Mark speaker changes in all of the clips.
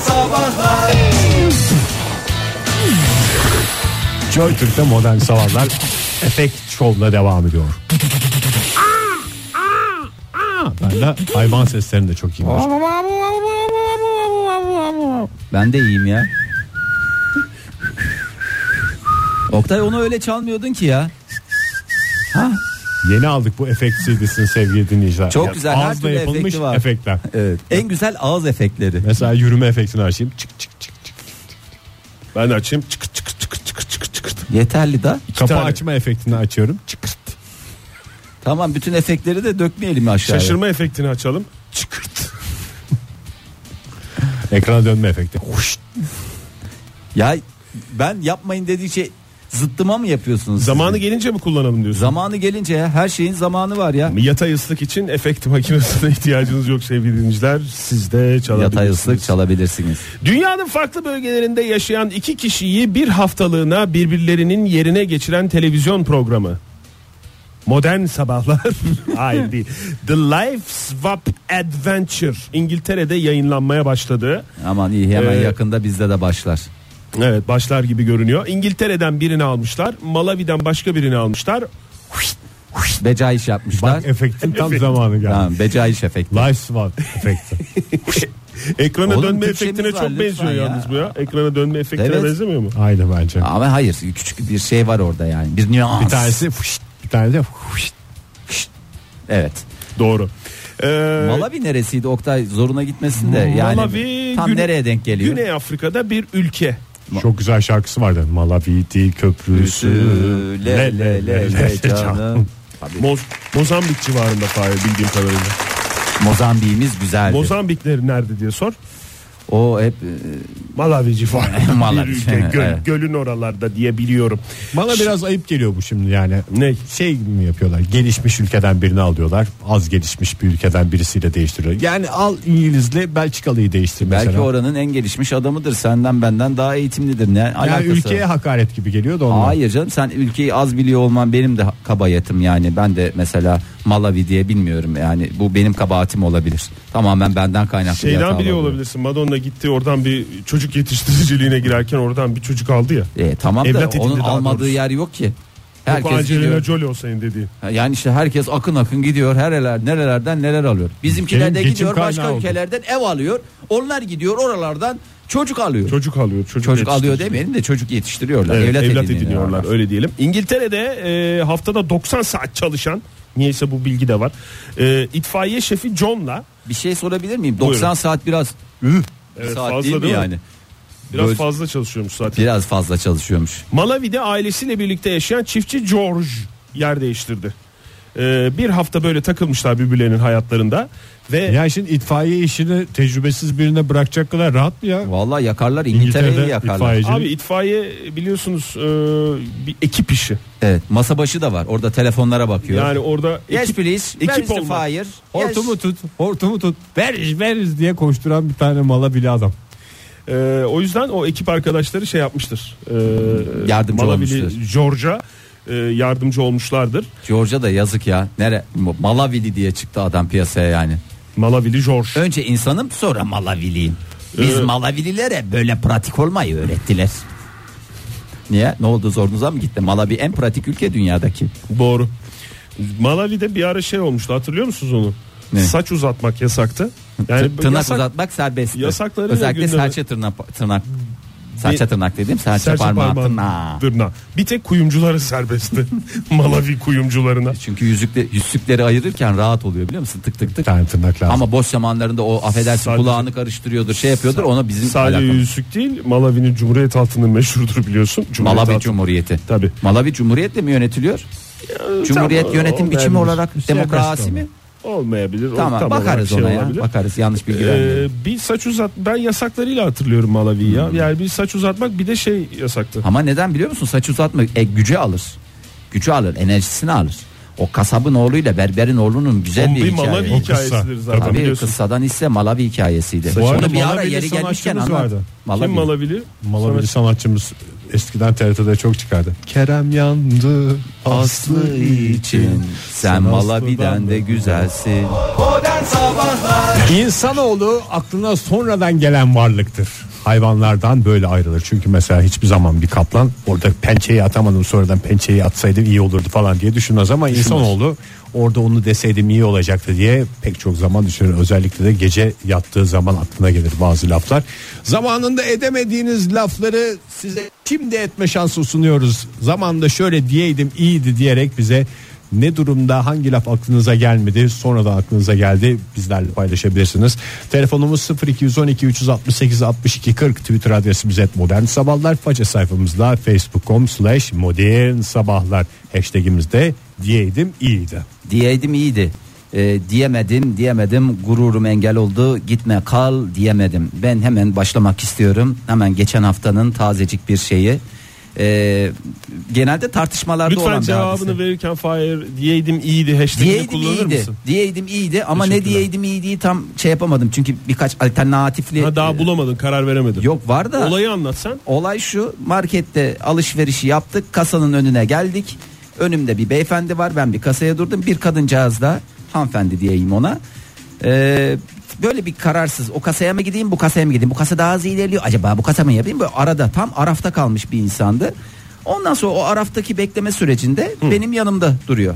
Speaker 1: Sabahlar
Speaker 2: Joy Türk'te modern sabahlar efekt şovla devam ediyor. Ben de hayvan seslerini de çok iyi
Speaker 3: Ben de iyiyim ya. Oktay onu öyle çalmıyordun ki ya.
Speaker 2: Yeni aldık bu efekt CD'sini sevgili dinleyiciler.
Speaker 3: Çok güzel, her
Speaker 2: ağızla
Speaker 3: türlü
Speaker 2: yapılmış
Speaker 3: efekti var.
Speaker 2: efektler.
Speaker 3: Evet. En güzel ağız efektleri.
Speaker 2: Mesela yürüme efektini açayım. Çık çık çık çık. çık, çık. Ben de açayım. Çık çık çık çık çık çık.
Speaker 3: Yeterli da.
Speaker 2: Kapı
Speaker 1: tane.
Speaker 2: açma efektini açıyorum. Çık.
Speaker 3: Tamam bütün efektleri de dökmeyelim aşağıya.
Speaker 1: Şaşırma efektini açalım
Speaker 2: Çıkırt. Ekrana dönme efekti. Huş.
Speaker 3: Ya ben yapmayın dediği şey zıttıma mı yapıyorsunuz? siz?
Speaker 1: Zamanı gelince mi kullanalım diyorsun
Speaker 3: Zamanı gelince ya her şeyin zamanı var ya.
Speaker 1: Yatay ıslık için efekt makinesine ihtiyacınız yok sevgili dinleyiciler. Siz de
Speaker 3: Yatay
Speaker 1: çalabilirsiniz.
Speaker 3: ıslık çalabilirsiniz.
Speaker 1: Dünyanın farklı bölgelerinde yaşayan iki kişiyi bir haftalığına birbirlerinin yerine geçiren televizyon programı. Modern Sabahlar. Hayır değil. The Life Swap Adventure. İngiltere'de yayınlanmaya başladı.
Speaker 3: Aman iyi hemen
Speaker 1: Ee,
Speaker 3: yakında bizde de başlar.
Speaker 1: Evet başlar gibi görünüyor. İngiltere'den birini almışlar. Malawi'den başka birini almışlar.
Speaker 3: Beca iş yapmışlar.
Speaker 2: Bak efektin tam zamanı geldi.
Speaker 3: Tamam beca iş efekti.
Speaker 2: Life swap efekti.
Speaker 1: Ekrana
Speaker 3: Oğlum,
Speaker 1: dönme
Speaker 3: Türkçemiz
Speaker 1: efektine
Speaker 3: var,
Speaker 1: çok
Speaker 3: lütfen
Speaker 1: benziyor
Speaker 3: ya.
Speaker 1: yalnız bu ya. Ekrana dönme efektine
Speaker 3: Evet.
Speaker 1: benzemiyor mu?
Speaker 2: Aynı bence.
Speaker 3: Ama hayır küçük bir şey var orada yani. Bir nüans.
Speaker 2: Bir tanesi fışt, bir tane de fışt.
Speaker 3: Evet.
Speaker 1: Doğru. Ee,
Speaker 3: Malawi neresiydi Oktay? Zoruna gitmesin de. Yani
Speaker 1: Malawi
Speaker 3: tam
Speaker 1: Güne-
Speaker 3: nereye denk geliyor?
Speaker 1: Güney Afrika'da bir ülke.
Speaker 2: Çok güzel şarkısı vardı. Malaviti köprüsü.
Speaker 3: Üsü, le le le le canım. Tabii.
Speaker 1: Moz, Mozambik civarında Fahir bildiğim kadarıyla.
Speaker 3: Mozambik'imiz güzeldi.
Speaker 1: Mozambikleri nerede diye sor.
Speaker 3: o hep e,
Speaker 1: Malawi civarında
Speaker 3: Malawi.
Speaker 1: bir ülke. Göl-
Speaker 3: Evet.
Speaker 1: Gölün oralarda diye biliyorum.
Speaker 2: Bana biraz ayıp geliyor bu şimdi yani.
Speaker 1: Ne?
Speaker 2: Şey mi yapıyorlar? Gelişmiş ülkeden birini alıyorlar. Az gelişmiş bir ülkeden birisiyle değiştiriyor. Yani al İngilizle Belçikalı'yı değiştir
Speaker 3: belki
Speaker 2: mesela.
Speaker 3: oranın en gelişmiş adamıdır. Senden benden daha eğitimlidir. Ne
Speaker 2: yani
Speaker 3: alakası var?
Speaker 2: ülkeye hakaret gibi geliyor da ondan.
Speaker 3: Hayır canım sen ülkeyi az biliyor olman benim de kabayetim yani ben de mesela Malawi diye bilmiyorum yani bu benim kabahatim olabilir. Tamamen benden kaynaklı bir hata
Speaker 1: Şeyden biliyor
Speaker 3: olabilir.
Speaker 1: olabilirsin. Madonna gitti oradan bir çocuk yetiştiriciliğine girerken oradan bir çocuk aldı ya.
Speaker 3: E, tamam
Speaker 1: Evlat
Speaker 3: da
Speaker 1: edindi
Speaker 3: onun
Speaker 1: daha
Speaker 3: almadığı
Speaker 1: doğrusu.
Speaker 3: yer yok ki.
Speaker 1: Herkes
Speaker 3: Herkes
Speaker 1: Angelina
Speaker 3: biliyor.
Speaker 1: Jolie o senin dediğin.
Speaker 3: Yani işte herkes akın akın gidiyor her neler nerelerden neler alıyor. Bizimkiler
Speaker 2: Benim
Speaker 3: de
Speaker 2: geçim
Speaker 3: gidiyor
Speaker 2: kaynağı
Speaker 3: başka
Speaker 2: oldu.
Speaker 3: ülkelerden ev alıyor. Onlar gidiyor oralardan çocuk alıyor.
Speaker 1: Çocuk alıyor. Çocuk,
Speaker 3: çocuk alıyor
Speaker 1: yetiştirici.
Speaker 3: demeyelim de çocuk yetiştiriyorlar.
Speaker 1: Evet,
Speaker 3: evlat,
Speaker 1: evlat,
Speaker 3: ediniyorlar.
Speaker 1: ediniyorlar öyle diyelim. İngiltere'de e, haftada 90 saat çalışan niyeyse bu bilgi de var. E, itfaiye şefi John'la
Speaker 3: Bir şey sorabilir miyim?
Speaker 1: Buyurun.
Speaker 3: 90 saat biraz
Speaker 1: Evet,
Speaker 3: saat
Speaker 1: fazla
Speaker 3: değil mi
Speaker 1: değil mi?
Speaker 3: yani?
Speaker 1: biraz
Speaker 3: Böyle-
Speaker 1: fazla çalışıyormuş zaten.
Speaker 3: Biraz fazla çalışıyormuş.
Speaker 1: Malawi'de ailesiyle birlikte yaşayan çiftçi George yer değiştirdi. E, bir hafta böyle takılmışlar birbirlerinin hayatlarında ve
Speaker 2: Yani şimdi itfaiye işini tecrübesiz birine bırakacak kadar rahat mı ya?
Speaker 3: Vallahi yakarlar İngiltere'yi
Speaker 2: İngiltere'de
Speaker 3: yakarlar.
Speaker 2: itfaiyeci-
Speaker 1: abi itfaiye biliyorsunuz e, bir ekip işi.
Speaker 3: Evet, masa başı da var. Orada telefonlara bakıyor.
Speaker 1: Yani orada
Speaker 3: yes
Speaker 1: ekip,
Speaker 3: please.
Speaker 1: ekip
Speaker 3: Where is the
Speaker 1: olmak.
Speaker 3: fire?
Speaker 2: Hortumu tut, hortumu tut. Veriz veriz diye koşturan bir tane mala bile adam.
Speaker 1: Ee, o yüzden o ekip arkadaşları şey yapmıştır. Ee,
Speaker 3: Yardımcı
Speaker 1: Malavili
Speaker 3: olmuştur.
Speaker 1: George'a e, yardımcı olmuşlardır.
Speaker 3: George'a da yazık ya. Nere? Malavili diye çıktı adam piyasaya yani.
Speaker 1: Malavili George.
Speaker 3: Önce insanım sonra Malaviliyim. Biz
Speaker 1: Evet.
Speaker 3: Malavililere böyle pratik olmayı öğrettiler. Niye? Ne oldu zorunuza mı gitti? Malawi en pratik ülke dünyadaki.
Speaker 1: Doğru. Malavi'de bir ara şey olmuştu hatırlıyor musunuz onu?
Speaker 3: Ne?
Speaker 1: Saç uzatmak yasaktı. Yani
Speaker 3: Tı- tırnak
Speaker 1: yasak-
Speaker 3: uzatmak serbest.
Speaker 1: Yasakları ne
Speaker 3: Özellikle
Speaker 1: gündeme?
Speaker 3: serçe tırnak, tırnak serçe tırnak dediğim serçe,
Speaker 1: serçe
Speaker 3: parmağı
Speaker 1: parmağın
Speaker 3: tırnağı.
Speaker 1: tırnağı. Bir tek kuyumculara serbestti. Malavi kuyumcularına.
Speaker 3: Çünkü yüzükle, yüzükleri ayırırken rahat oluyor biliyor musun? Tık tık
Speaker 2: Bir
Speaker 3: tık.
Speaker 2: tane tırnak lazım.
Speaker 3: Ama boş zamanlarında o affedersin
Speaker 1: Sadece-
Speaker 3: kulağını karıştırıyordur şey yapıyordur ona bizim
Speaker 1: Sadece
Speaker 3: alakamız.
Speaker 1: yüzük değil Malavi'nin Cumhuriyet altının meşhurdur biliyorsun. Cumhuriyet
Speaker 3: Malawi
Speaker 1: altı-
Speaker 3: Cumhuriyeti.
Speaker 1: Tabii.
Speaker 3: Malawi Cumhuriyetle mi yönetiliyor? Cumhuriyet
Speaker 1: tam,
Speaker 3: yönetim
Speaker 1: o
Speaker 3: biçimi
Speaker 1: vermiş.
Speaker 3: olarak
Speaker 2: Serbest
Speaker 3: demokrasi
Speaker 2: ama.
Speaker 3: mi?
Speaker 1: Olmayabilir. O
Speaker 3: Tamam
Speaker 1: tam olarak
Speaker 3: bakarız
Speaker 1: şey
Speaker 3: ona ya.
Speaker 1: olabilir.
Speaker 3: Bakarız yanlış bilgi
Speaker 1: Ee,
Speaker 3: vermiyorum.
Speaker 1: bir saç uzat ben yasaklarıyla hatırlıyorum Malavi'yi ya.
Speaker 3: Hmm.
Speaker 1: Yani bir saç uzatmak bir de şey yasaktı.
Speaker 3: Ama neden biliyor musun? Saç uzatma e, gücü alır. Gücü alır, enerjisini alır. O kasabın oğluyla berberin oğlunun güzel bir
Speaker 1: Kombi
Speaker 3: hikayesi.
Speaker 1: Malavi
Speaker 2: O kısa.
Speaker 1: hikayesidir zaten
Speaker 3: Tabii
Speaker 1: biliyorsun.
Speaker 3: kıssadan ise Malavi hikayesiydi.
Speaker 2: Bu arada
Speaker 3: Onu bir ara
Speaker 2: Malavi'li
Speaker 3: yeri gelmişken
Speaker 2: sanatçımız
Speaker 3: anlat.
Speaker 2: vardı.
Speaker 3: Malavi.
Speaker 1: Kim Malavili?
Speaker 2: Mala bir sanatçımız Eskiden TRT'de çok çıkardı. Kerem yandı
Speaker 3: Aslı için sen Malavi'den de güzelsin.
Speaker 2: İnsanoğlu aklına sonradan gelen varlıktır. Hayvanlardan böyle ayrılır. Çünkü mesela hiçbir zaman bir kaplan orada pençeyi atamadım sonradan pençeyi atsaydım iyi olurdu falan diye düşünmez ama insanoğlu orada onu deseydim iyi olacaktı diye pek çok zaman düşünür. Özellikle de gece yattığı zaman aklına gelir bazı laflar. Zamanında edemediğiniz lafları size şimdi etme şansı sunuyoruz. Zamanında şöyle diyeydim iyiydi diyerek bize ne durumda hangi laf aklınıza gelmedi sonra da aklınıza geldi bizlerle paylaşabilirsiniz. Telefonumuz 0212 368 62 40 Twitter adresimiz et modern sabahlar faça sayfamızda facebook.com slash modern sabahlar hashtagimizde diyeydim iyiydi.
Speaker 3: Diyeydim iyiydi. Ee, diyemedim diyemedim gururum engel oldu gitme kal diyemedim ben hemen başlamak istiyorum hemen geçen haftanın tazecik bir şeyi Ee, genelde tartışmalarda olan
Speaker 1: Lütfen
Speaker 3: bir hadise.
Speaker 1: cevabını verirken Fahir diyeydim iyiydi hashtagini
Speaker 3: Diyeydim
Speaker 1: kullanır
Speaker 3: iyiydi.
Speaker 1: mısın?
Speaker 3: Diyeydim iyiydi ama ne
Speaker 1: Teşekkürler.
Speaker 3: diyeydim iyiydi tam şey yapamadım. Çünkü birkaç alternatifli
Speaker 1: Ha, daha
Speaker 3: e,
Speaker 1: bulamadın karar veremedin.
Speaker 3: yok var da
Speaker 1: Olayı anlatsan.
Speaker 3: olay şu. Markette alışverişi yaptık. Kasanın önüne geldik. Önümde bir beyefendi var. Ben bir kasaya durdum. Bir kadıncağız da hanımefendi diyeyim ona. e, böyle bir kararsız. O kasaya mı gideyim, bu kasaya mı gideyim? Bu kasa daha hızlı ilerliyor. Acaba bu kasa mı yapayım? Böyle arada tam arafta kalmış bir insandı. Ondan sonra o araftaki bekleme sürecinde benim yanımda duruyor.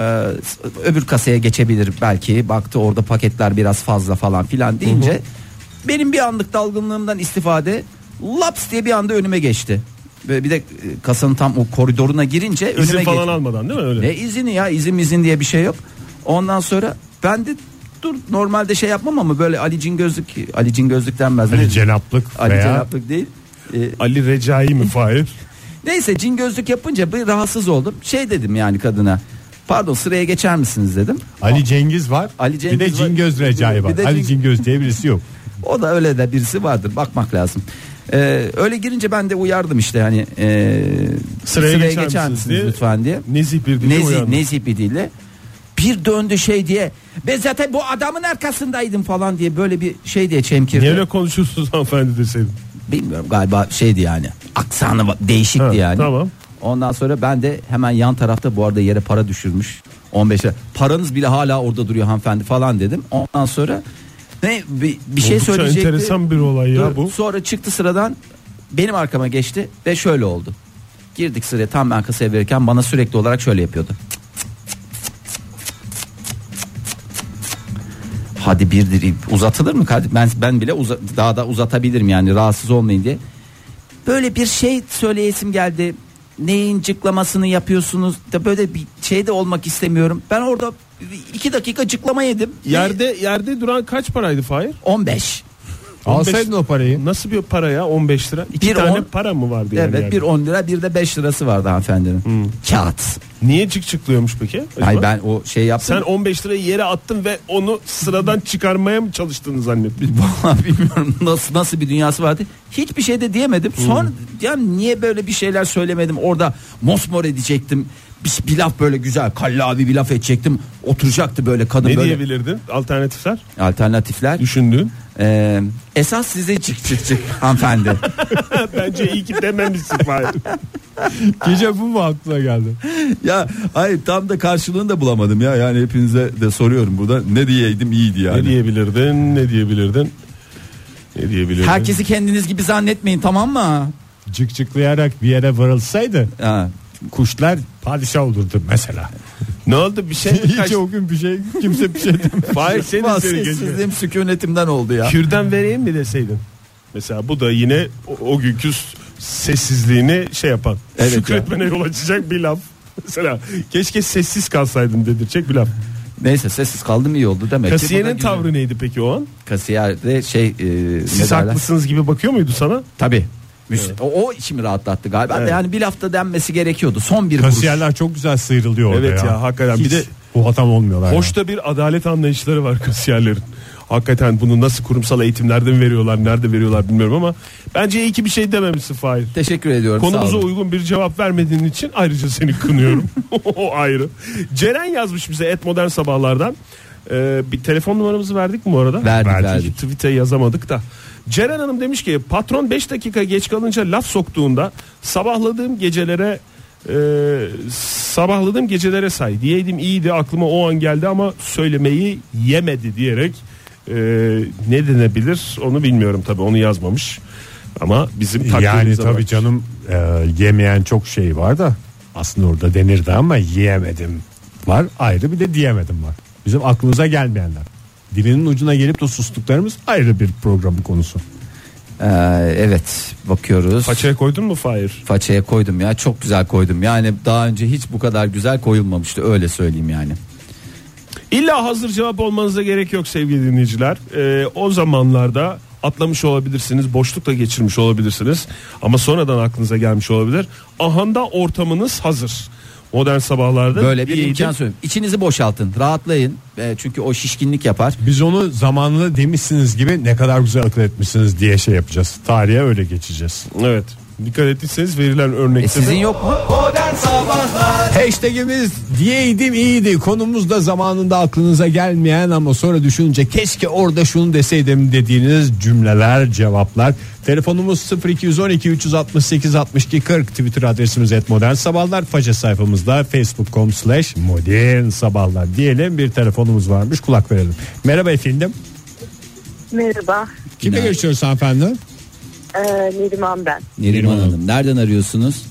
Speaker 3: Ee, s- öbür kasaya geçebilir belki baktı orada paketler biraz fazla falan filan deyince benim bir anlık dalgınlığımdan istifade laps diye bir anda önüme geçti. Ve bir de e, kasanın tam o koridoruna girince
Speaker 1: İzin
Speaker 3: önüme
Speaker 1: falan
Speaker 3: geçti.
Speaker 1: almadan değil mi öyle?
Speaker 3: Ne izini ya izin izin diye bir şey yok. Ondan sonra ben de dur normalde şey yapmam ama böyle Ali Cin gözlük Ali Cin gözlük denmez. Ne-
Speaker 2: Ali Cenaplık
Speaker 3: Ali
Speaker 2: veya
Speaker 3: Cenaplık değil. Ee,
Speaker 1: Ali Recai mi Fahir?
Speaker 3: Neyse cin gözlük yapınca bir rahatsız oldum. Şey dedim yani kadına. Pardon sıraya geçer misiniz dedim.
Speaker 2: Ali Cengiz var.
Speaker 3: Ali
Speaker 2: bir de
Speaker 3: Cengiz var.
Speaker 2: Cingöz Recai var.
Speaker 3: Bir de
Speaker 2: Ali
Speaker 3: Cing-
Speaker 2: Cingöz diye birisi yok.
Speaker 3: O da öyle de birisi vardır. Bakmak lazım. Ee, öyle girince ben de uyardım işte hani e,
Speaker 1: Sıraya geçer misiniz diye.
Speaker 3: lütfen diye.
Speaker 1: Nezih bir dille
Speaker 3: Nezih,
Speaker 1: uyardım.
Speaker 3: nezih bir dille. Bir döndü şey diye. Ben zaten bu adamın arkasındaydım falan diye böyle bir şey diye çemkirdi.
Speaker 1: Niye öyle konuşuyorsunuz hanımefendi deseydim?
Speaker 3: Bilmiyorum galiba şeydi yani. Aksanı va- değişikti
Speaker 1: Ha,
Speaker 3: yani.
Speaker 1: tamam.
Speaker 3: Ondan sonra ben de hemen yan tarafta bu arada yere para düşürmüş. 15 lira. Paranız bile hala orada duruyor hanımefendi falan dedim. Ondan sonra ne bir, bir şey
Speaker 1: Oldukça
Speaker 3: söyleyecekti.
Speaker 1: enteresan bir olay ya
Speaker 3: Dur.
Speaker 1: bu.
Speaker 3: Sonra çıktı sıradan benim arkama geçti ve şöyle oldu. Girdik sıraya tam ben kasaya verirken bana sürekli olarak şöyle yapıyordu. Hadi bir direyim. Uzatılır mı kardeşim? Ben ben bile uza- daha da uzatabilirim yani rahatsız olmayın diye. Böyle bir şey söyleyesim geldi. Neyin cıklamasını yapıyorsunuz? Da böyle bir şey de olmak istemiyorum. Ben orada iki dakika cıklama yedim.
Speaker 1: Yerde yerde duran kaç paraydı Fahir?
Speaker 3: 15.
Speaker 1: 15
Speaker 2: Alsaydın o parayı.
Speaker 1: Nasıl bir para ya 15 lira? İki
Speaker 3: Bir
Speaker 1: tane
Speaker 3: on-
Speaker 1: para mı vardı yani?
Speaker 3: Evet
Speaker 1: yerde?
Speaker 3: bir Hmm. 10 lira bir de 5 lirası vardı hanımefendinin. Kağıt.
Speaker 1: Niye çık çıklıyormuş peki? acaba?
Speaker 3: Hayır ben o şey yaptım.
Speaker 1: Sen 15 lirayı yere attın ve onu sıradan çıkarmaya mı çalıştığını zannettin?
Speaker 3: Vallahi bilmiyorum nasıl nasıl bir dünyası vardı. Hiçbir şey de diyemedim. Sonra yani niye böyle bir şeyler söylemedim orada mosmor edecektim. Bir, bir laf böyle güzel kallavi bir laf edecektim. Oturacaktı böyle kadın
Speaker 1: Ne
Speaker 3: böyle.
Speaker 1: diyebilirdin? Alternatifler?
Speaker 3: Alternatifler.
Speaker 1: Düşündüğün.
Speaker 3: Ee, esas size çık çık çık hanımefendi.
Speaker 1: Bence iyi ki dememişsin Fahir.
Speaker 2: Gece bu mu aklına geldi?
Speaker 3: ya hayır tam da karşılığını da bulamadım ya. Yani hepinize de soruyorum burada ne diyeydim iyiydi yani.
Speaker 1: Ne diyebilirdin? Ne diyebilirdin? Ne diyebilirdin?
Speaker 3: Herkesi kendiniz gibi zannetmeyin tamam mı?
Speaker 2: Cıkcıklayarak bir yere varılsaydı
Speaker 3: Ha.
Speaker 2: kuşlar padişah olurdu mesela.
Speaker 1: Ne oldu bir şey mi
Speaker 2: Hiç
Speaker 1: kaçtı?
Speaker 2: o gün bir şey kimse bir şey demedi.
Speaker 1: Fahir senin
Speaker 3: Vallahi
Speaker 1: seni geçmiyor.
Speaker 3: Sessizliğim sükunetimden oldu ya.
Speaker 1: Kürdan vereyim mi deseydin? Mesela bu da yine o, o günkü s- sessizliğini şey yapan.
Speaker 3: Evet
Speaker 1: şükretmene yol açacak bir laf. Mesela keşke sessiz kalsaydın dedirtecek bir laf.
Speaker 3: Neyse sessiz kaldım iyi oldu demek ki. Bu da
Speaker 1: Kasiyerin
Speaker 3: güzel.
Speaker 1: tavrı neydi peki o an?
Speaker 3: Kasiyer de şey e,
Speaker 1: Siz haklısınız gibi bakıyor muydu sana?
Speaker 3: Tabi. O, o içimi rahatlattı galiba. da
Speaker 1: Evet.
Speaker 3: Yani bir lafta denmesi gerekiyordu. Son bir kuruş.
Speaker 2: Kasiyerler çok güzel sıyrılıyor orada
Speaker 1: Evet ya, hakikaten. Bir
Speaker 2: Hiç
Speaker 1: de-
Speaker 2: bu adam olmuyorlar. ya.
Speaker 1: Hoş da bir adalet anlayışları var kasiyerlerin. Hakikaten bunu nasıl kurumsal eğitimlerde mi veriyorlar, nerede veriyorlar bilmiyorum ama bence iyi ki bir şey dememişsin Fahir.
Speaker 3: Teşekkür ediyorum. sağ
Speaker 1: Konumuza
Speaker 3: olun.
Speaker 1: uygun bir cevap vermediğin için ayrıca seni kınıyorum. o ayrı. Ceren yazmış bize et modern sabahlardan. Ee, bir telefon numaramızı verdik mi bu arada?
Speaker 3: Verdik, verdik.
Speaker 1: Tweet'e yazamadık da. Ceren Hanım demiş ki patron 5 dakika geç kalınca laf soktuğunda sabahladığım gecelere e, sabahladığım gecelere say. Diyeydim iyiydi aklıma o an geldi ama söylemeyi yemedi diyerek e, ne denebilir onu bilmiyorum tabi onu yazmamış. Ama bizim
Speaker 2: Yani
Speaker 1: takdirimize
Speaker 2: tabii
Speaker 1: bırakmış.
Speaker 2: canım e, yemeyen çok şey var da aslında orada denirdi ama yiyemedim var ayrı bir de diyemedim var. Bizim aklımıza gelmeyenler. Dilinin ucuna gelip de sustuklarımız ayrı bir programın konusu.
Speaker 3: Ee, evet bakıyoruz.
Speaker 1: Façaya koydun mu Fahir?
Speaker 3: Façaya koydum ya çok güzel koydum. Yani daha önce hiç bu kadar güzel koyulmamıştı öyle söyleyeyim yani.
Speaker 1: İlla hazır cevap olmanıza gerek yok sevgili dinleyiciler. Ee, o zamanlarda atlamış olabilirsiniz, boşlukla geçirmiş olabilirsiniz. Ama sonradan aklınıza gelmiş olabilir. Ahanda ortamınız hazır. Modern sabahlarda
Speaker 3: Böyle bir
Speaker 1: iyiydi.
Speaker 3: imkan söyleyeyim. İçinizi boşaltın rahatlayın. Ee, çünkü o şişkinlik yapar.
Speaker 2: Biz onu zamanlı demişsiniz gibi ne kadar güzel akıl etmişsiniz diye şey yapacağız. Tarihe öyle geçeceğiz.
Speaker 1: Evet. Dikkat ettiyseniz verilen örnekte
Speaker 3: E, sizin
Speaker 1: de-
Speaker 3: yok mu?
Speaker 2: Hashtagimiz diyeydim iyiydi. Konumuz da zamanında aklınıza gelmeyen ama sonra düşününce keşke orada şunu deseydim dediğiniz cümleler, cevaplar. Telefonumuz 0212 368 62 40 Twitter adresimiz et modern sabahlar. Faça sayfamızda facebook.com slash modern sabahlar diyelim. Bir telefonumuz varmış kulak verelim. Merhaba efendim.
Speaker 4: Merhaba,
Speaker 2: Kimle
Speaker 3: Günaydın.
Speaker 2: görüşüyoruz hanımefendi?
Speaker 4: ee, Neriman ben.
Speaker 3: Neriman Hanım nereden arıyorsunuz?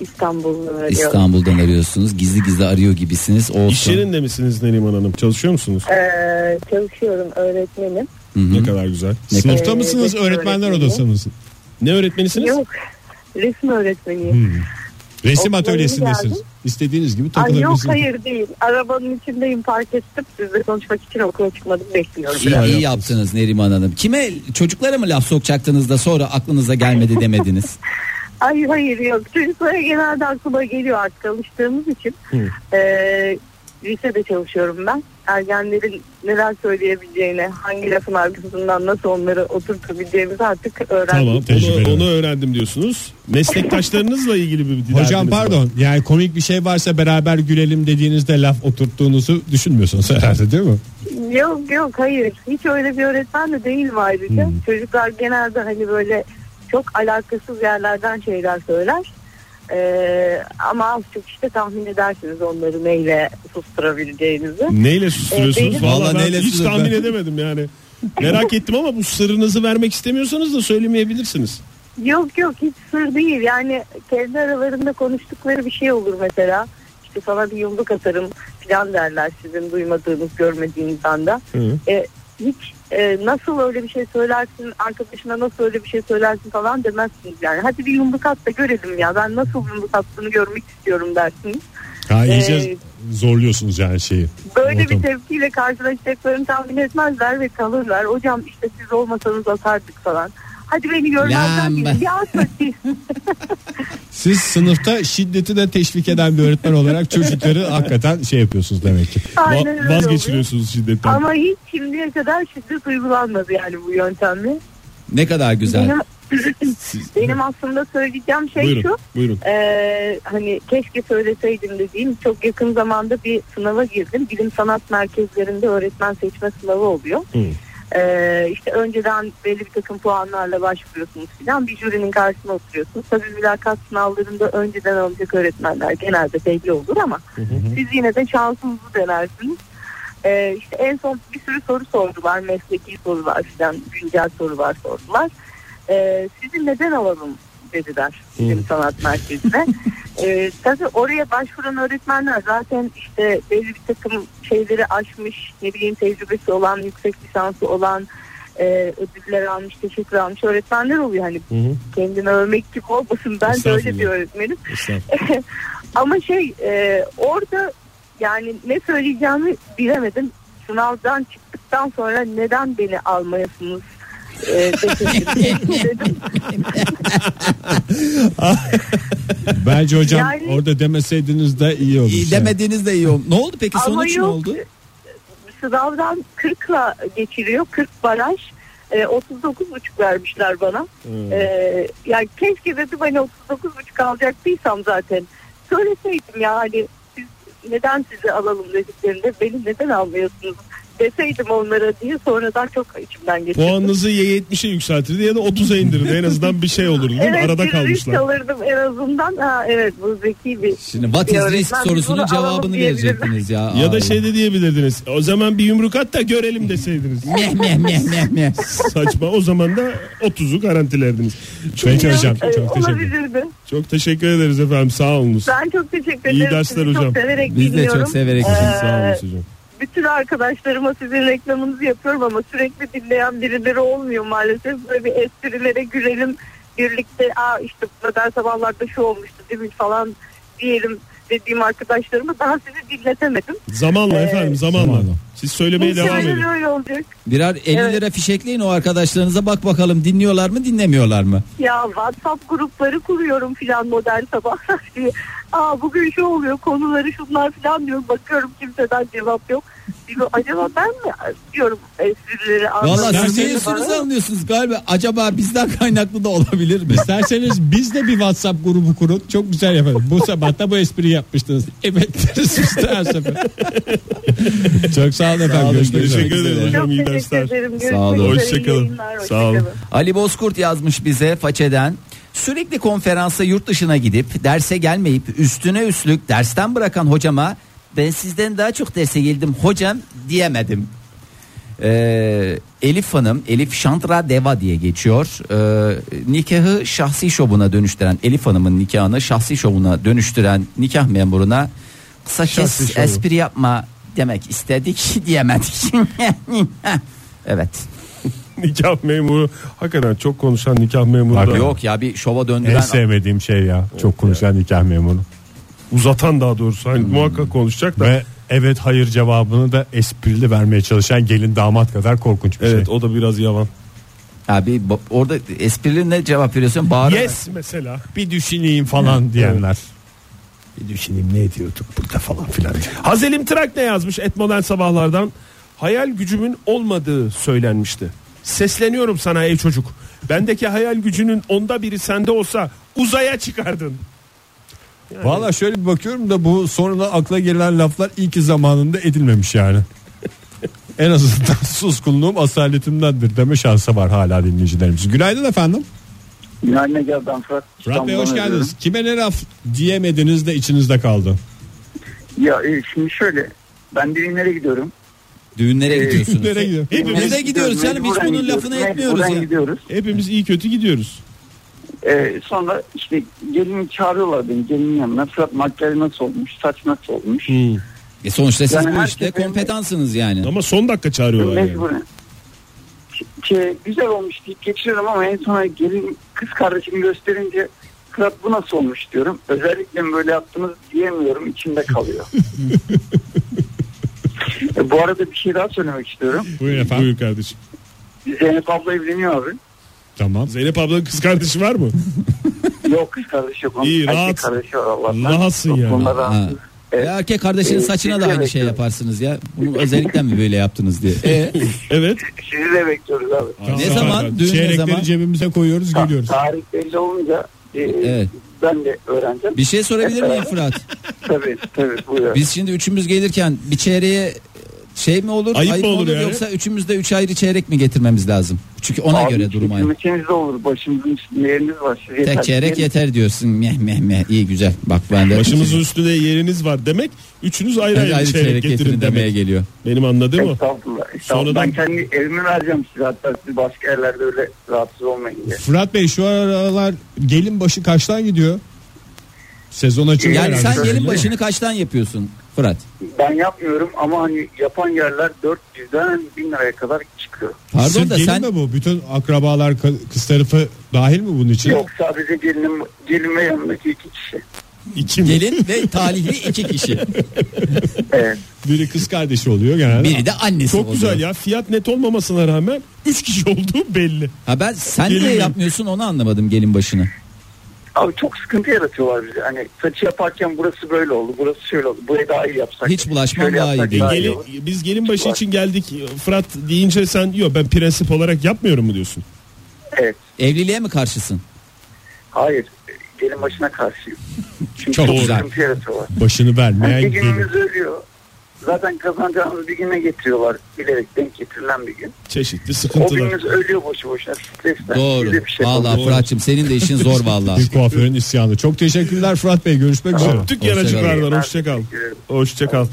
Speaker 4: İstanbul'dan arıyorum.
Speaker 3: İstanbul'dan arıyorsunuz. Gizli gizli arıyor gibisiniz. Olsun.
Speaker 1: İş yerinde misiniz Neriman Hanım? Çalışıyor musunuz?
Speaker 4: Ee, çalışıyorum, öğretmenim.
Speaker 1: Ne kadar güzel.
Speaker 2: Sınıfta
Speaker 4: Ee,
Speaker 2: mısınız
Speaker 4: resim
Speaker 2: öğretmenler
Speaker 4: öğretmeniyim.
Speaker 2: odası mısınız?
Speaker 1: Ne öğretmenisiniz?
Speaker 4: Yok, resim öğretmeniyim.
Speaker 2: Resim
Speaker 4: Okula yeni
Speaker 2: atölyesindesiniz.
Speaker 4: geldim.
Speaker 2: İstediğiniz gibi
Speaker 4: Ay yok
Speaker 1: şey.
Speaker 2: takılabilirsiniz.
Speaker 4: hayır değil. Arabanın içindeyim park ettim. Sizle konuşmak için okula çıkmadım bekliyorum.
Speaker 3: İyi, iyi yaptınız Neriman Hanım. Kime çocuklara mı laf sokacaktınız da sonra aklınıza gelmedi demediniz?
Speaker 4: Ay hayır yok. Çocuklara genelde aklıma geliyor artık alıştığımız için. Ee, lisede çalışıyorum ben. Ergenlerin neler söyleyebileceğini, hangi lafın arkasından nasıl onları oturtabileceğimizi artık öğrendik.
Speaker 1: Tamam.
Speaker 2: Tecrübeli.
Speaker 1: Onu, onu öğrendim diyorsunuz. Meslektaşlarınızla ilgili bir derdiniz
Speaker 2: Hocam
Speaker 1: var.
Speaker 2: pardon yani komik bir şey varsa beraber gülelim dediğinizde laf oturttuğunuzu düşünmüyorsunuz herhalde değil mi?
Speaker 4: Yok yok hayır hiç öyle bir öğretmen de değilim ayrıca. Çocuklar genelde hani böyle çok alakasız yerlerden şeyler söyler. Ee, ama az çok işte tahmin edersiniz onları neyle susturabileceğinizi.
Speaker 1: Neyle susturuyorsunuz?
Speaker 4: Ee,
Speaker 1: Vallahi
Speaker 2: Vallahi
Speaker 1: ben
Speaker 2: neyle
Speaker 1: hiç
Speaker 2: susturuyorum
Speaker 1: tahmin
Speaker 2: ben?
Speaker 1: edemedim yani. Merak ettim ama bu sırrınızı vermek istemiyorsanız da söylemeyebilirsiniz.
Speaker 4: Yok yok hiç sır değil yani kendi aralarında konuştukları bir şey olur mesela. İşte sana bir yumruk atarım falan derler sizin duymadığınız görmediğiniz anda.
Speaker 1: Hı.
Speaker 4: E, hiç e, nasıl öyle bir şey söylersin arkadaşına nasıl öyle bir şey söylersin falan demezsiniz yani. Hadi bir yumruk at da görelim ya ben nasıl yumruk attığını görmek istiyorum dersiniz.
Speaker 2: Ha, iyice
Speaker 4: Ee,
Speaker 2: zorluyorsunuz yani şeyi.
Speaker 4: Böyle
Speaker 2: Ortamı.
Speaker 4: bir tepkiyle karşılaşacaklarını tahmin etmezler ve kalırlar. Hocam işte siz olmasanız atardık falan. Hadi beni görmezden
Speaker 3: Lan ben-
Speaker 4: gelin. Ya at bakayım.
Speaker 2: Siz sınıfta şiddeti de teşvik eden bir öğretmen olarak çocukları hakikaten şey yapıyorsunuz demek ki.
Speaker 4: Aynen öyle oluyor.
Speaker 1: vazgeçiriyorsunuz şiddetten.
Speaker 4: Ama hiç şimdiye kadar şiddet uygulanmadı yani bu yöntemle.
Speaker 3: Ne kadar güzel.
Speaker 4: Benim, benim aslında söyleyeceğim şey
Speaker 1: buyurun,
Speaker 4: şu.
Speaker 1: buyurun.
Speaker 4: Ee, hani keşke söyleseydim dediğim çok yakın zamanda bir sınava girdim. Bilim sanat merkezlerinde öğretmen seçme sınavı oluyor.
Speaker 1: Hı.
Speaker 4: Ee, işte önceden belli bir takım puanlarla başvuruyorsunuz filan. Bir jürinin karşısına oturuyorsunuz. Tabii mülakat sınavlarında önceden alacak öğretmenler genelde belli olur ama siz yine de şansınızı denersiniz. Ee, işte en son bir sürü soru sordular. Mesleki sorular filan güncel sorular sordular. Ee, sizi neden alalım dediler bizim sanat merkezine. ee, tabii oraya başvuran öğretmenler zaten işte belli bir takım şeyleri aşmış, ne bileyim tecrübesi olan, yüksek lisansı olan, e, ödüller almış, teşekkür almış öğretmenler oluyor. Hani kendini övmek gibi olmasın ben de öyle
Speaker 1: Estağfurullah.
Speaker 4: bir öğretmenim. e, Ama şey e, orada yani ne söyleyeceğimi bilemedim. Sınavdan çıktıktan sonra neden beni almayasınız? E, teşekkür ederim dedim.
Speaker 2: Bence hocam
Speaker 4: Yani-
Speaker 2: orada demeseydiniz de iyi olur.
Speaker 3: İyi demediğiniz de iyi oldu. Ne oldu peki
Speaker 4: Ama
Speaker 3: sonuç ne
Speaker 4: yok.
Speaker 3: oldu?
Speaker 4: Sınavdan 40'la geçiriyor. 40 baraj. E, 39,5 vermişler bana. E, yani keşke dedim hani 39,5 alacaktıysam zaten. Söyleseydim ya hani siz neden sizi alalım dediklerinde beni neden almıyorsunuz? deseydim onlara diye sonradan çok içimden geçirdim.
Speaker 1: Puanınızı ya 70'e yükseltirdi ya da 30'a indirirdi. En azından bir şey olurdu değil mi?
Speaker 4: Evet,
Speaker 1: Arada
Speaker 4: bir şey risk
Speaker 1: kalmışlar.
Speaker 4: alırdım en azından. Ha, evet bu zeki bir.
Speaker 5: Şimdi what is
Speaker 4: bir
Speaker 5: risk
Speaker 4: öğretmen. Biz
Speaker 5: sorusunun
Speaker 4: bunu alalım
Speaker 5: cevabını
Speaker 4: diyebiliriz.
Speaker 5: verecektiniz ya.
Speaker 1: Ya da
Speaker 5: Ay.
Speaker 1: şey de diyebilirdiniz. O zaman bir yumruk at da görelim deseydiniz.
Speaker 5: meh meh meh meh meh.
Speaker 1: Saçma. O zaman da 30'u garantilerdiniz. Çok,
Speaker 2: Peki hocam,
Speaker 4: Evet,
Speaker 1: Çok teşekkür,
Speaker 4: Olabilirdi.
Speaker 1: çok teşekkür ederiz efendim. Sağ olunuz.
Speaker 4: Ben çok teşekkür
Speaker 1: İyi
Speaker 4: ederim.
Speaker 1: dersler
Speaker 4: Sizi
Speaker 1: hocam.
Speaker 4: Çok severek
Speaker 5: Biz de
Speaker 4: dinliyorum.
Speaker 5: çok severek
Speaker 4: Ee,
Speaker 5: dinliyoruz.
Speaker 1: Sağ olun hocam.
Speaker 4: bütün arkadaşlarıma sizin reklamınızı yapıyorum ama sürekli dinleyen birileri olmuyor maalesef. Böyle bir esprilere gülelim birlikte aa işte modern sabahlarda şu olmuştu değil mi falan diyelim dediğim arkadaşlarıma daha sizi dinletemedim. e,
Speaker 1: Zamanla efendim zamanla.
Speaker 5: Zamanla.
Speaker 1: Siz söylemeye devam edin.
Speaker 4: Muhtemelen öyle olacak.
Speaker 5: Birer 50
Speaker 4: Evet.
Speaker 5: lira fişekleyin o arkadaşlarınıza bak bakalım dinliyorlar mı dinlemiyorlar mı?
Speaker 4: Ya WhatsApp grupları kuruyorum filan modern sabahlar diye. Aa bugün şu oluyor konuları şunlar filan diyorum. Bakıyorum kimseden cevap yok. Diyorum, acaba ben mi diyorum e, esprileri
Speaker 5: Valla
Speaker 4: anlamıyorum.
Speaker 5: siz
Speaker 4: Bana-
Speaker 5: diyorsunuz anlıyorsunuz galiba acaba bizden kaynaklı da olabilir mi?
Speaker 6: İsterseniz biz de bir WhatsApp grubu kurun. Çok güzel yapalım. Bu sabah da bu espriyi yapmıştınız. Evet deriz biz de her sefer. Çok sağ olun efendim. Görüşmek üzere.
Speaker 1: Teşekkür ederim hocam.
Speaker 4: Çok
Speaker 1: İyi
Speaker 4: teşekkür
Speaker 1: dersler.
Speaker 4: ederim. Görüşmek
Speaker 5: Sağ olun.
Speaker 4: üzere. İyi
Speaker 1: Hoşçakalın.
Speaker 4: yayınlar,
Speaker 1: Sağ olun.
Speaker 4: hoşçakalın.
Speaker 3: Ali Bozkurt yazmış bize façeden. Sürekli konferansa yurt dışına gidip derse gelmeyip üstüne üstlük dersten bırakan hocama ben sizden daha çok derse geldim hocam diyemedim. Ee, Elif Hanım Elif Şantra Deva diye geçiyor. Ee, nikahı şahsi şovuna dönüştüren Elif Hanım'ın nikahını şahsi şovuna dönüştüren nikah memuruna kısa
Speaker 1: Şahsi
Speaker 3: kes
Speaker 1: şovu.
Speaker 3: espri yapma demek istedik diyemedik. evet.
Speaker 1: Nikah memuru hakikaten çok konuşan nikah memuru da
Speaker 3: Yok ya bir şova
Speaker 2: En
Speaker 3: döndüren
Speaker 2: sevmediğim şey ya. Çok konuşan nikah memuru.
Speaker 1: uzatan daha doğrusu hani muhakkak konuşacak da
Speaker 2: Ve evet hayır cevabını da esprili vermeye çalışan gelin damat kadar korkunç bir
Speaker 1: evet
Speaker 2: şey.
Speaker 1: o da biraz yavan.
Speaker 3: abi bo- orada esprili ne cevap veriyorsun? Bağırarak.
Speaker 1: Yes mesela.
Speaker 2: Bir düşüneyim falan diyenler. Bir düşüneyim ne ediyorduk burada falan filan.
Speaker 1: Hazelim Trak ne yazmış et modern sabahlardan? Hayal gücümün olmadığı söylenmişti. Sesleniyorum sana ey çocuk. Bendeki hayal gücünün onda biri sende olsa uzaya çıkardın.
Speaker 2: Valla şöyle bir bakıyorum da bu sonradan akla gelen laflar iyi ki zamanında edilmemiş yani. en azından suskunluğum asaletimdendir deme şansı var hala dinleyicilerimiz. Günaydın efendim.
Speaker 7: Günaydın Ege abi ben Fırat.
Speaker 6: Fırat Bey hoş
Speaker 7: İstanbul'dan
Speaker 6: geldiniz.
Speaker 7: arıyorum.
Speaker 6: Kime ne laf diyemediniz de içinizde kaldı.
Speaker 7: Ya e, şimdi şöyle ben düğünlere gidiyorum.
Speaker 5: Düğünlere gidiyorsunuz.
Speaker 6: Nereye gidiyor?
Speaker 5: Biz de gidiyoruz canım biz
Speaker 7: Mecburen
Speaker 5: bunun
Speaker 7: gidiyoruz,
Speaker 5: lafını
Speaker 7: mecburen
Speaker 5: etmiyoruz ya.
Speaker 7: gidiyoruz.
Speaker 1: Hepimiz iyi kötü gidiyoruz.
Speaker 7: E, sonra işte gelini çağırıyorlar beni gelinin yanına. Fırat makyaj nasıl olmuş, saç nasıl olmuş.
Speaker 5: E sonuçta siz bu
Speaker 7: Yani herkes
Speaker 5: işte
Speaker 7: benim-
Speaker 5: kompetansınız yani.
Speaker 1: Ama son dakika çağırıyorlar yani.
Speaker 7: Mecburen. Şey, güzel olmuş deyip geçiyorum ama en sona gelin kız kardeşimi gösterince Fırat bu nasıl olmuş diyorum. Özellikle mi böyle yaptınız diyemiyorum içimde kalıyor. E, bu arada bir şey daha söylemek istiyorum.
Speaker 1: Buyur efendim. Buyur kardeşim.
Speaker 7: Zeynep abla evleniyor abi.
Speaker 2: Tamam.
Speaker 1: Zeynep ablanın kız kardeşi var mı?
Speaker 7: Yok kız kardeş yok. Onun
Speaker 1: İyi,
Speaker 7: erkek
Speaker 1: rahat-
Speaker 7: kardeşi var Allah'tan.
Speaker 1: rahatsın
Speaker 7: Yok,
Speaker 1: yani.
Speaker 7: bunda
Speaker 5: Ha.
Speaker 7: rahatsız.
Speaker 5: E,
Speaker 7: Evet.
Speaker 5: erkek kardeşinin
Speaker 7: Ee,
Speaker 5: saçına
Speaker 7: siz
Speaker 5: da
Speaker 7: de
Speaker 5: aynı şey
Speaker 7: bekliyorum.
Speaker 5: yaparsınız ya. Bunu özellikle mi böyle yaptınız diye. E,
Speaker 1: evet.
Speaker 7: Sizi de bekliyoruz abi.
Speaker 5: ne zaman? Düğün ne
Speaker 2: Çeyrekleri
Speaker 5: zaman?
Speaker 2: cebimize koyuyoruz
Speaker 7: Ta-
Speaker 2: geliyoruz.
Speaker 7: Tarih belli olunca e,
Speaker 5: Evet.
Speaker 7: ben de öğreneceğim.
Speaker 5: Bir şey sorabilir miyim Fırat?
Speaker 7: Tabii tabii buyur.
Speaker 5: Biz şimdi üçümüz gelirken bir çeyreğe şey mi olur?
Speaker 1: Ayıp mı olur yani?
Speaker 5: Yoksa üçümüz de üç ayrı çeyrek mi getirmemiz lazım? Çünkü ona
Speaker 7: Abi,
Speaker 5: göre durum aynı.
Speaker 7: Sizin içinizde olur. Başımızın üstünde yeriniz var. Siz yeter.
Speaker 5: Tek çeyrek yeter diyorsun. Meh meh meh. İyi güzel. Bak ben de.
Speaker 1: Başımızın üstünde yeriniz var demek. Üçünüz ayrı ayrı,
Speaker 5: ayrı
Speaker 1: çeyrek, getirin, demek.
Speaker 5: demeye geliyor.
Speaker 1: Benim anladığım o.
Speaker 7: Estağfurullah. estağfurullah.
Speaker 1: Sonradan-
Speaker 7: Ben kendi evimi vereceğim size. Hatta siz başka yerlerde öyle rahatsız olmayın diye.
Speaker 6: Fırat Bey şu aralar gelin başı kaçtan gidiyor? Sezon açıldı.
Speaker 5: Yani
Speaker 6: herhalde
Speaker 5: sen
Speaker 6: sizin değil
Speaker 5: gelin
Speaker 6: mi?
Speaker 5: başını kaçtan yapıyorsun Fırat?
Speaker 7: Ben yapmıyorum ama hani yapan yerler 400'den 1000 liraya kadar çıkıyor.
Speaker 5: Pardon
Speaker 6: Sırf
Speaker 5: da
Speaker 6: gelin
Speaker 5: sen
Speaker 6: mi bu? Bütün akrabalar ka- kız tarafı dahil mi bunun için?
Speaker 7: Yok sadece gelinim, gelin ve yanındaki iki kişi.
Speaker 1: İki mi?
Speaker 5: gelin ve talihli iki kişi.
Speaker 7: Evet.
Speaker 6: Biri kız kardeşi oluyor genelde.
Speaker 5: Biri de annesi
Speaker 1: Çok
Speaker 5: oluyor.
Speaker 1: güzel ya. Fiyat net olmamasına rağmen 3 kişi olduğu belli.
Speaker 5: Ha ben sen
Speaker 1: Gelin
Speaker 5: niye
Speaker 1: mi?
Speaker 5: yapmıyorsun onu anlamadım gelin başını.
Speaker 7: Abi çok sıkıntı yaratıyorlar bize. Hani saçı yaparken burası böyle oldu, burası şöyle oldu. Burayı daha iyi yapsak.
Speaker 5: Hiç bulaşmam
Speaker 7: şöyle
Speaker 5: daha iyi
Speaker 7: yapsak
Speaker 5: değil.
Speaker 7: daha
Speaker 1: Gelin,
Speaker 7: olur.
Speaker 1: biz gelin başı için geldik Fırat deyince sen yok ben prensip olarak yapmıyorum mu diyorsun?
Speaker 7: Evet.
Speaker 5: Evliliğe mi karşısın?
Speaker 7: Hayır. Gelin başına karşıyım. Çünkü
Speaker 5: Çok
Speaker 7: çok,
Speaker 5: güzel.
Speaker 7: sıkıntı yaratıyorlar.
Speaker 2: Başını vermeyen
Speaker 7: Yani bir
Speaker 2: gelin.
Speaker 7: günümüz ölüyor. zaten kazanacağınız bir güne getiriyorlar. Bilerek denk getirilen bir gün.
Speaker 1: Çeşitli
Speaker 7: O
Speaker 1: sıkıntılar.
Speaker 7: gününüz ölüyor boşu boşuna. Stresten.
Speaker 3: Doğru.
Speaker 7: Size bir şey
Speaker 3: Vallahi
Speaker 7: olmuyor.
Speaker 3: Fırat'cığım senin de işin zor vallahi.
Speaker 2: Bir kuaförün isyanı. Çok teşekkürler Fırat Bey. Görüşmek üzere.
Speaker 1: Öptük
Speaker 3: Hoşça
Speaker 1: yanacıklardan
Speaker 7: kal.
Speaker 1: hoşçakal. Hoşçakal.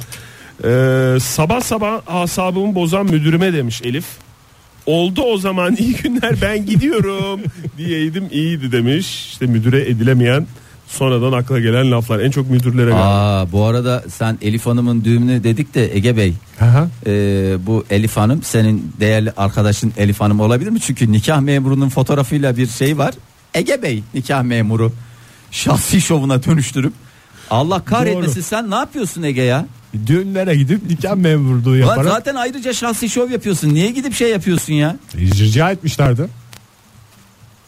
Speaker 1: Ee, sabah sabah asabımı bozan müdürüme demiş Elif. Oldu o zaman iyi günler ben gidiyorum diyeydim iyiydi demiş. İşte müdüre edilemeyen sonradan akla gelen laflar en çok müdürlere gelen.
Speaker 3: Aa bu arada sen Elif Hanım'ın düğümünü dedik de Ege Bey.
Speaker 2: Aha.
Speaker 3: Ee, bu Elif Hanım senin değerli arkadaşın Elif Hanım olabilir mi? Çünkü nikah memurunun fotoğrafıyla bir şey var. Ege Bey nikah memuru şahsi şovuna dönüştürüp Allah kahretmesin sen ne yapıyorsun Ege ya?
Speaker 2: Düğünlere gidip nikah memurluğu
Speaker 3: Ulan
Speaker 2: yaparak
Speaker 3: zaten ayrıca şahsi şov yapıyorsun. Niye gidip şey yapıyorsun ya?
Speaker 2: rica etmişlerdi.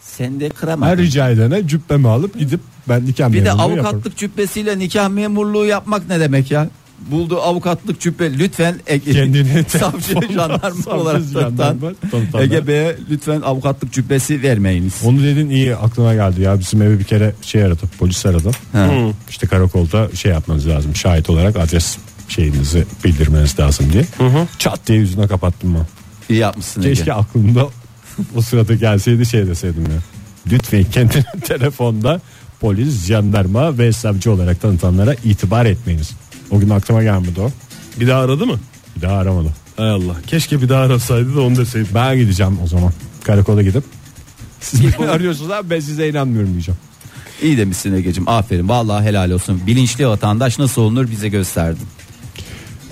Speaker 3: Sen de
Speaker 2: Her
Speaker 3: kıramadın.
Speaker 2: rica edene cübbemi alıp gidip ben nikah
Speaker 3: Bir de
Speaker 2: memurluğu
Speaker 3: avukatlık
Speaker 2: yaparım.
Speaker 3: cübbesiyle nikah memurluğu yapmak ne demek ya? Buldu avukatlık cübbe lütfen Ege,
Speaker 2: Kendini
Speaker 3: savcı jandarma olarak tanıtan
Speaker 2: tanıtan.
Speaker 3: Ege Bey'e lütfen avukatlık cübbesi vermeyiniz.
Speaker 2: Onu dedin iyi aklıma geldi ya bizim eve bir kere şey aradı polis aradı.
Speaker 3: Ha.
Speaker 2: İşte karakolda şey yapmanız lazım şahit olarak adres şeyinizi bildirmeniz lazım diye. Çat diye yüzüne kapattım ben.
Speaker 3: İyi yapmışsın Ege.
Speaker 2: Keşke aklımda o sırada gelseydi şey deseydim ya. Lütfen kendini telefonda polis, jandarma ve savcı olarak tanıtanlara itibar etmeyiniz. O gün aklıma gelmedi o.
Speaker 1: Bir daha aradı mı?
Speaker 2: Bir daha aramadı.
Speaker 1: Hay Allah keşke bir daha arasaydı da onu deseydim.
Speaker 2: Ben gideceğim o zaman. Karakola gidip. Siz beni arıyorsunuz abi ben size inanmıyorum diyeceğim.
Speaker 3: İyi demişsin Ege'cim aferin vallahi helal olsun. Bilinçli vatandaş nasıl olunur bize gösterdin.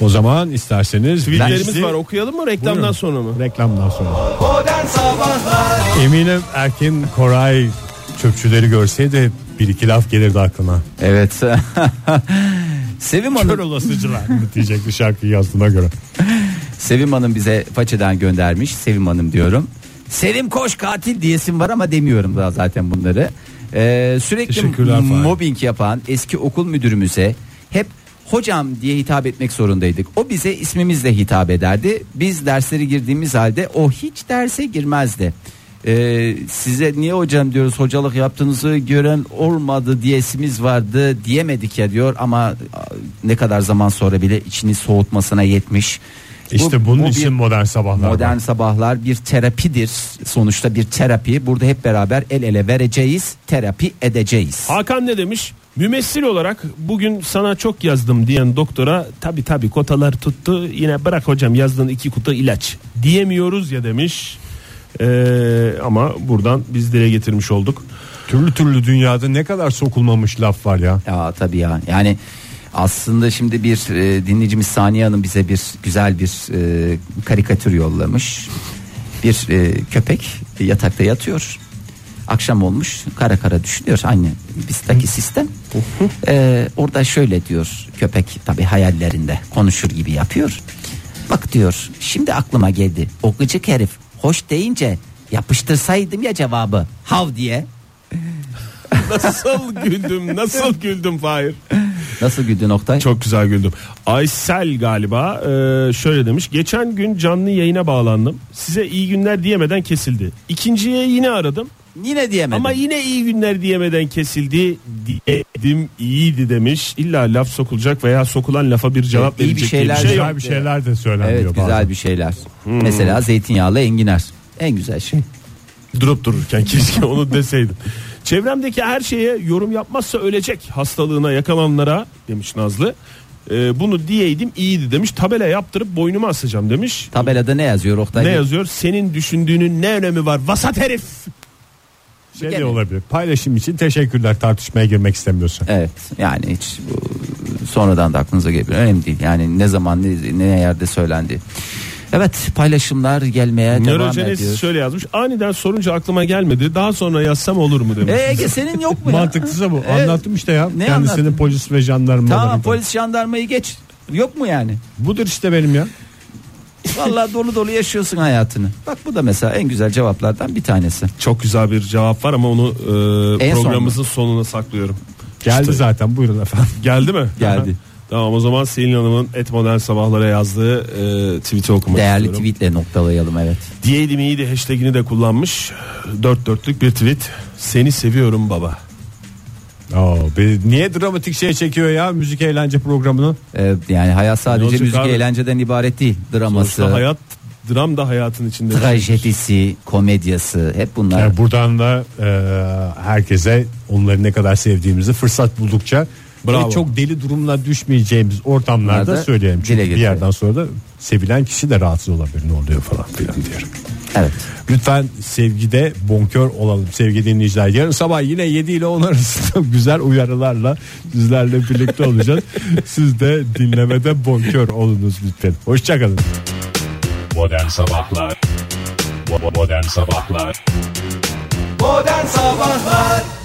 Speaker 2: O zaman isterseniz
Speaker 1: Tweetlerimiz
Speaker 2: bizi-
Speaker 1: var okuyalım mı reklamdan
Speaker 2: Buyurun.
Speaker 1: sonra mı?
Speaker 2: Reklamdan sonra. Eminim Erkin Koray çöpçüleri görseydi bir iki laf gelirdi aklına.
Speaker 3: Evet. Sevim
Speaker 2: Kör
Speaker 3: Hanım,
Speaker 2: olasıcılar mı diyecek bir şarkı yazdığına göre.
Speaker 3: Sevim Hanım bize façeden göndermiş. Sevim Hanım diyorum. Sevim koş katil diyesim var ama demiyorum daha zaten bunları. Ee, sürekli
Speaker 2: Teşekkürler Fahir.
Speaker 3: mobbing yapan eski okul müdürümüze hep hocam diye hitap etmek zorundaydık. O bize ismimizle hitap ederdi. Biz derslere girdiğimiz halde o hiç derse girmezdi. Ee, size niye hocam diyoruz hocalık yaptığınızı gören olmadı diyesimiz vardı diyemedik ya diyor ama a, ne kadar zaman sonra bile içini soğutmasına yetmiş.
Speaker 2: İşte
Speaker 3: Bu-
Speaker 2: bunun
Speaker 3: bu bir-
Speaker 2: için modern sabahlar. var.
Speaker 3: Modern sabahlar bir terapidir. Sonuçta bir terapi. Burada hep beraber el ele vereceğiz, terapi edeceğiz.
Speaker 1: Hakan ne demiş? Mümessil olarak bugün sana çok yazdım diyen doktora tabi tabi kotalar tuttu yine bırak hocam yazdığın iki kutu ilaç diyemiyoruz ya demiş. Ee, ama buradan biz dile getirmiş olduk.
Speaker 2: Türlü türlü dünyada ne kadar sokulmamış laf var ya.
Speaker 3: Ya tabii ya. Yani aslında şimdi bir e, dinleyicimiz Saniye Hanım bize bir güzel bir e, karikatür yollamış. Bir e, köpek yatakta yatıyor. Akşam olmuş kara kara düşünüyor anne bizdeki sistem. E, orada şöyle diyor köpek tabii hayallerinde konuşur gibi yapıyor. Bak diyor şimdi aklıma geldi o gıcık herif hoş deyince yapıştırsaydım ya cevabı hav diye.
Speaker 1: Nasıl güldüm nasıl güldüm Fahir.
Speaker 3: Nasıl güldü Oktay?
Speaker 1: Çok güzel güldüm. Aysel galiba e, şöyle demiş. Geçen gün canlı yayına bağlandım. Size iyi günler diyemeden kesildi. İkinciye yine aradım.
Speaker 3: Yine diyemedim.
Speaker 1: Ama yine iyi günler diyemeden kesildi. Diyedim iyiydi demiş. İlla laf sokulacak veya sokulan lafa bir cevap
Speaker 3: İyi bir
Speaker 1: verecek diye
Speaker 3: şeyler
Speaker 1: bir şey yok.
Speaker 2: Güzel bir şeyler de söylenmiyor
Speaker 3: Evet güzel
Speaker 2: bazen. Hmm.
Speaker 3: bir şeyler. Mesela zeytinyağlı enginar. En güzel şey.
Speaker 1: Durup dururken keşke onu deseydim. Çevremdeki her şeye yorum yapmazsa ölecek hastalığına yakalananlara demiş Nazlı. E, bunu diyeydim iyiydi demiş. Tabela yaptırıp boynuma asacağım demiş.
Speaker 3: Tabelada ne yazıyor Oktay?
Speaker 1: Ne yazıyor? Senin düşündüğünün ne önemi var? Vasat herif.
Speaker 2: Şey de
Speaker 3: Gene.
Speaker 2: olabilir. Paylaşım için teşekkürler tartışmaya girmek istemiyorsun.
Speaker 3: Evet yani hiç bu, sonradan da aklınıza gelebilir. Önemli değil yani ne zaman ne, ne yerde söylendi. Evet paylaşımlar gelmeye devam ediyor.
Speaker 1: Nörojeniz şöyle yazmış. Aniden sorunca aklıma gelmedi. Daha sonra yazsam olur mu demiş.
Speaker 3: Ee, Ege senin yok mu ya?
Speaker 2: Mantıklısı bu.
Speaker 3: Evet.
Speaker 2: Anlattım işte ya.
Speaker 3: Ne
Speaker 2: Kendisinin
Speaker 3: anlattın?
Speaker 2: polis ve jandarma.
Speaker 3: Tamam
Speaker 2: olarak-
Speaker 3: polis jandarmayı geç. Yok mu yani?
Speaker 2: Budur işte benim ya.
Speaker 3: Vallahi dolu dolu yaşıyorsun hayatını. Bak bu da mesela en güzel cevaplardan bir tanesi.
Speaker 1: Çok güzel bir cevap var ama onu e,
Speaker 3: En son
Speaker 1: programımızın sonuna saklıyorum.
Speaker 2: Geldi
Speaker 1: İşte.
Speaker 2: zaten buyurun efendim.
Speaker 1: Geldi mi?
Speaker 3: Geldi.
Speaker 1: tamam o zaman Selin Hanım'ın Et Modern Sabahlara yazdığı e, tweet'i okumak
Speaker 3: Değerli
Speaker 1: istiyorum.
Speaker 3: tweetle noktalayalım evet.
Speaker 1: Diyeydim iyiydi hashtagini de kullanmış. Dört dörtlük bir tweet. Seni seviyorum baba.
Speaker 2: Aa, beni niye dramatik şey çekiyor ya müzik eğlence programını?
Speaker 5: Ee, yani hayat sadece
Speaker 1: olacak
Speaker 5: müzik
Speaker 1: abi?
Speaker 5: eğlenceden ibaret değil.
Speaker 1: Sonuçta
Speaker 5: Draması,
Speaker 1: hayat dram da hayatın içinde.
Speaker 5: trajedisi, komedyası hep bunlar.
Speaker 2: Yani buradan da e, herkese onları ne kadar sevdiğimizi fırsat buldukça
Speaker 1: Bravo.
Speaker 2: ve çok deli durumla düşmeyeceğimiz ortamlarda
Speaker 5: Bunlarda
Speaker 2: söyleyelim. Çünkü
Speaker 5: dile
Speaker 2: bir
Speaker 5: getirelim.
Speaker 2: yerden sonra da sevilen kişi de rahatsız olabilir ne oluyor falan filan diyorum.
Speaker 5: Evet.
Speaker 2: Lütfen sevgide bonkör olalım sevgili dinleyiciler. Yarın sabah yine 7 ile 10 arasında güzel uyarılarla sizlerle birlikte olacağız. Siz de dinlemede bonkör olunuz lütfen. Hoşçakalın.
Speaker 8: Modern Sabahlar Bo- Modern Sabahlar
Speaker 5: Modern Sabahlar